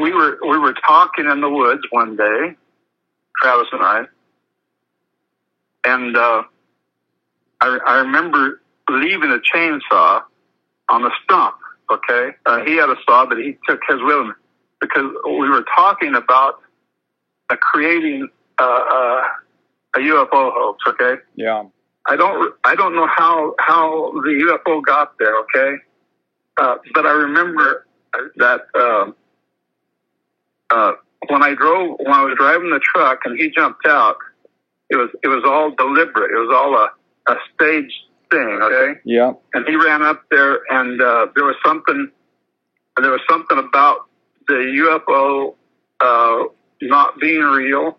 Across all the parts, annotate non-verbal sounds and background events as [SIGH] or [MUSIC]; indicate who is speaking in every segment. Speaker 1: we were we were talking in the woods one day, Travis and I, and uh, I, I remember leaving a chainsaw on the stump. Okay, uh, he had a saw, but he took his with him because we were talking about uh, creating uh, uh, a UFO hoax. Okay,
Speaker 2: Yeah.
Speaker 1: I don't I don't know how how the UFO got there. Okay, uh, but I remember that um uh, when I drove when I was driving the truck and he jumped out, it was it was all deliberate. It was all a a staged thing. Okay,
Speaker 2: Yeah.
Speaker 1: and he ran up there and uh, there was something there was something about the UFO uh, not being real,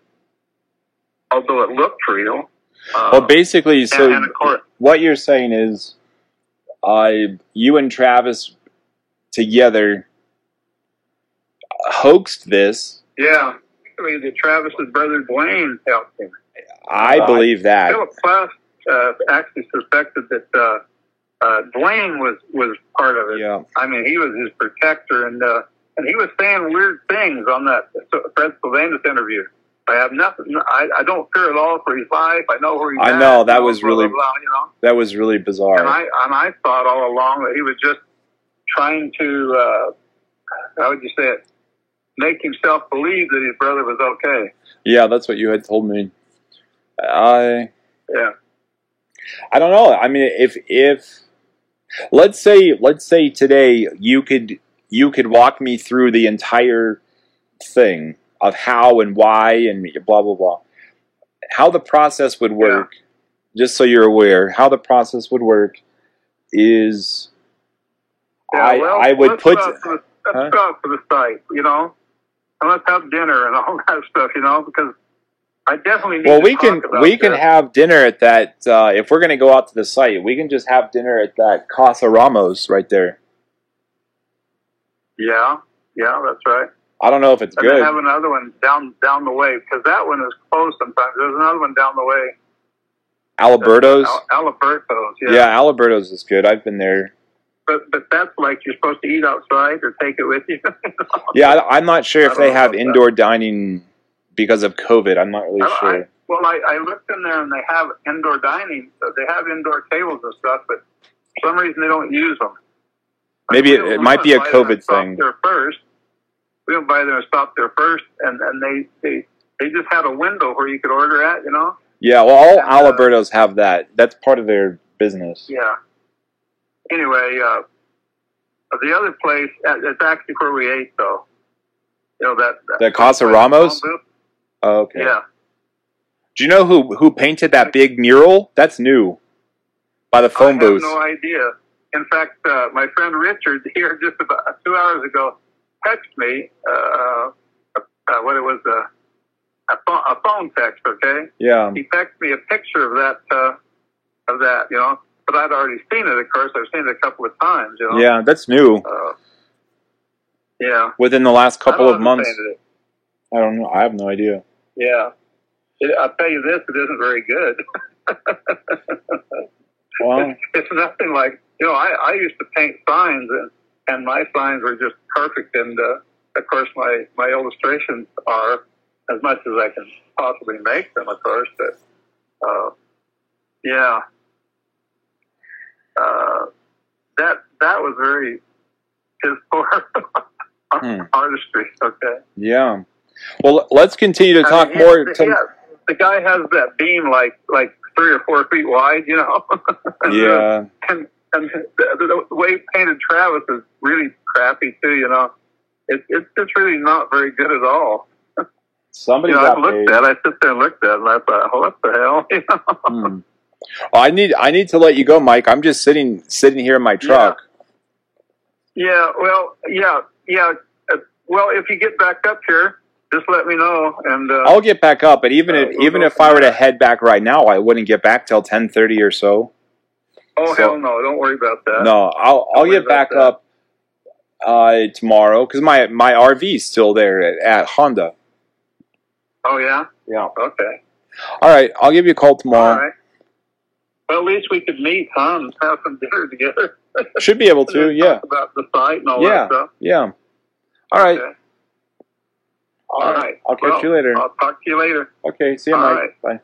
Speaker 1: although it looked real. Uh,
Speaker 2: Well, basically, so
Speaker 1: and, and of course,
Speaker 2: what you're saying is, I, you and Travis together hoaxed this.
Speaker 1: yeah. I mean, the Travis's brother Dwayne helped him.
Speaker 2: I
Speaker 1: Uh,
Speaker 2: believe that.
Speaker 1: Philip Plath uh, actually suspected that uh, uh, Dwayne was was part of it.
Speaker 2: Yeah.
Speaker 1: I mean, he was his protector, and uh, and he was saying weird things on that Fred Sylvanus interview. I have nothing. I, I don't fear at all for his life. I know where he's
Speaker 2: I
Speaker 1: at,
Speaker 2: know, that
Speaker 1: blah,
Speaker 2: was
Speaker 1: blah,
Speaker 2: really-
Speaker 1: blah, blah, you know.
Speaker 2: That was really
Speaker 1: And I
Speaker 2: bizarre.
Speaker 1: and I thought all along that he was just trying to uh, how would you say it make himself believe that his brother was okay.
Speaker 2: Yeah, that's what you had told me. I,
Speaker 1: Yeah,
Speaker 2: I don't know. I mean, if if let's say let's say today you could you could walk me through the entire thing of how and why and blah blah blah, how the process would work. Just so you're aware, how the process would work is
Speaker 1: yeah.
Speaker 2: I
Speaker 1: well,
Speaker 2: I would
Speaker 1: let's
Speaker 2: put
Speaker 1: go out to the,
Speaker 2: Huh?
Speaker 1: let's go out to the site, you know, and let's have dinner and [LAUGHS] all that stuff, you know, because I definitely need
Speaker 2: well
Speaker 1: to
Speaker 2: we
Speaker 1: talk
Speaker 2: can
Speaker 1: about
Speaker 2: we can
Speaker 1: this.
Speaker 2: have dinner at that uh, if we're gonna go out to the site we can just have dinner at that Casa Ramos right there.
Speaker 1: yeah yeah that's right.
Speaker 2: I don't know if it's
Speaker 1: And then
Speaker 2: good.
Speaker 1: have another one down down the way because that one is closed sometimes. There's another one down the way,
Speaker 2: Alberto's.
Speaker 1: Al- Alberto's.
Speaker 2: Yeah. Alberto's is good. I've been there.
Speaker 1: but but that's like you're supposed to eat outside or take it with you. [LAUGHS]
Speaker 2: Yeah, I, am not sure
Speaker 1: I
Speaker 2: if
Speaker 1: don't
Speaker 2: they
Speaker 1: know
Speaker 2: have
Speaker 1: about
Speaker 2: indoor dining because of COVID. I'm not
Speaker 1: I
Speaker 2: really
Speaker 1: don't-
Speaker 2: sure.
Speaker 1: I- well, I, I looked in there and they have indoor dining. So they have indoor tables and stuff, but for some reason they don't use them.
Speaker 2: Maybe
Speaker 1: We
Speaker 2: it-
Speaker 1: went-
Speaker 2: it
Speaker 1: we
Speaker 2: might
Speaker 1: went
Speaker 2: be a
Speaker 1: by there and
Speaker 2: COVID
Speaker 1: stopped
Speaker 2: thing.
Speaker 1: There first, we went by there and stopped there first, and and they they they just had a window where you could order at. You know,
Speaker 2: Yeah, well, all
Speaker 1: Uh,
Speaker 2: Albertos have that. That's part of their business.
Speaker 1: yeah. Anyway, uh, the other place uh, it's actually where we ate though. You know that that,
Speaker 2: The Casa Ramos. Oh, okay.
Speaker 1: Yeah.
Speaker 2: Do you know who who painted that big mural? That's new. By the phone
Speaker 1: I have
Speaker 2: booth.
Speaker 1: no idea. In fact, uh, my friend Richard here [LAUGHS] just about two hours ago texted me uh, uh, what it was uh, a, phone, a phone text. Okay,
Speaker 2: yeah.
Speaker 1: he texted me a picture of that uh, of that, you know. But I'd already seen it. Of course, I've seen it a couple of times. You know.
Speaker 2: Yeah, that's new.
Speaker 1: Uh, yeah.
Speaker 2: Within the last couple
Speaker 1: I
Speaker 2: of months.
Speaker 1: understand it.
Speaker 2: I don't know. I have no idea.
Speaker 1: Yeah. It, I'll tell you this: it isn't very good. [LAUGHS]
Speaker 2: Well,
Speaker 1: It's, it's nothing like you know. I, I used to paint signs, and, and my signs were just perfect. And uh, of course, my my illustrations are as much as I can possibly make them. Of course, but uh, yeah, uh, that that was very his [LAUGHS] poor
Speaker 2: Hmm.
Speaker 1: artistry. Okay.
Speaker 2: yeah. Well, let's continue to
Speaker 1: I
Speaker 2: talk
Speaker 1: mean, he-
Speaker 2: more.
Speaker 1: the-
Speaker 2: To,
Speaker 1: yeah, the guy has that beam like like three or four feet wide, you know. [LAUGHS] And, uh, [LAUGHS]
Speaker 2: yeah.
Speaker 1: and and the, the way he painted Travis is really crappy too. You know, it, it's it's really not very good at all.
Speaker 2: Somebody
Speaker 1: you know,
Speaker 2: got
Speaker 1: I looked
Speaker 2: paid.
Speaker 1: at, it, I sit there and looked at, it, and I thought, oh, what the hell? [LAUGHS] You know?
Speaker 2: Hmm. Well, I need I need to let you go, Mike. I'm just sitting sitting here in my truck.
Speaker 1: Yeah, well, yeah, yeah. Uh, Well, if you get back up here, just let me know. And uh,
Speaker 2: I'll get back up, but even
Speaker 1: Uh,
Speaker 2: if
Speaker 1: we'll
Speaker 2: even
Speaker 1: go
Speaker 2: if
Speaker 1: from
Speaker 2: I were to
Speaker 1: there.
Speaker 2: head back right now, I wouldn't get back till ten thirty or so.
Speaker 1: oh
Speaker 2: so-
Speaker 1: hell no, don't worry about that.
Speaker 2: No, I'll I'll
Speaker 1: worry
Speaker 2: get
Speaker 1: about
Speaker 2: back
Speaker 1: that.
Speaker 2: up uh, tomorrow because my my RV's still there at, at Honda.
Speaker 1: Oh yeah,
Speaker 2: Yeah.
Speaker 1: okay,
Speaker 2: All right, I'll give you a call
Speaker 1: all
Speaker 2: tomorrow.
Speaker 1: right. Well, at least we could meet, huh, and have some dinner together. [LAUGHS]
Speaker 2: Should be able to.
Speaker 1: Talk
Speaker 2: Yeah.
Speaker 1: About the site and all
Speaker 2: Yeah.
Speaker 1: that stuff.
Speaker 2: Yeah. All right.
Speaker 1: Okay. All right.
Speaker 2: I'll catch
Speaker 1: Well,
Speaker 2: you later.
Speaker 1: I'll talk to you later.
Speaker 2: Okay. See you,
Speaker 1: all
Speaker 2: Mike.
Speaker 1: right.
Speaker 2: Bye.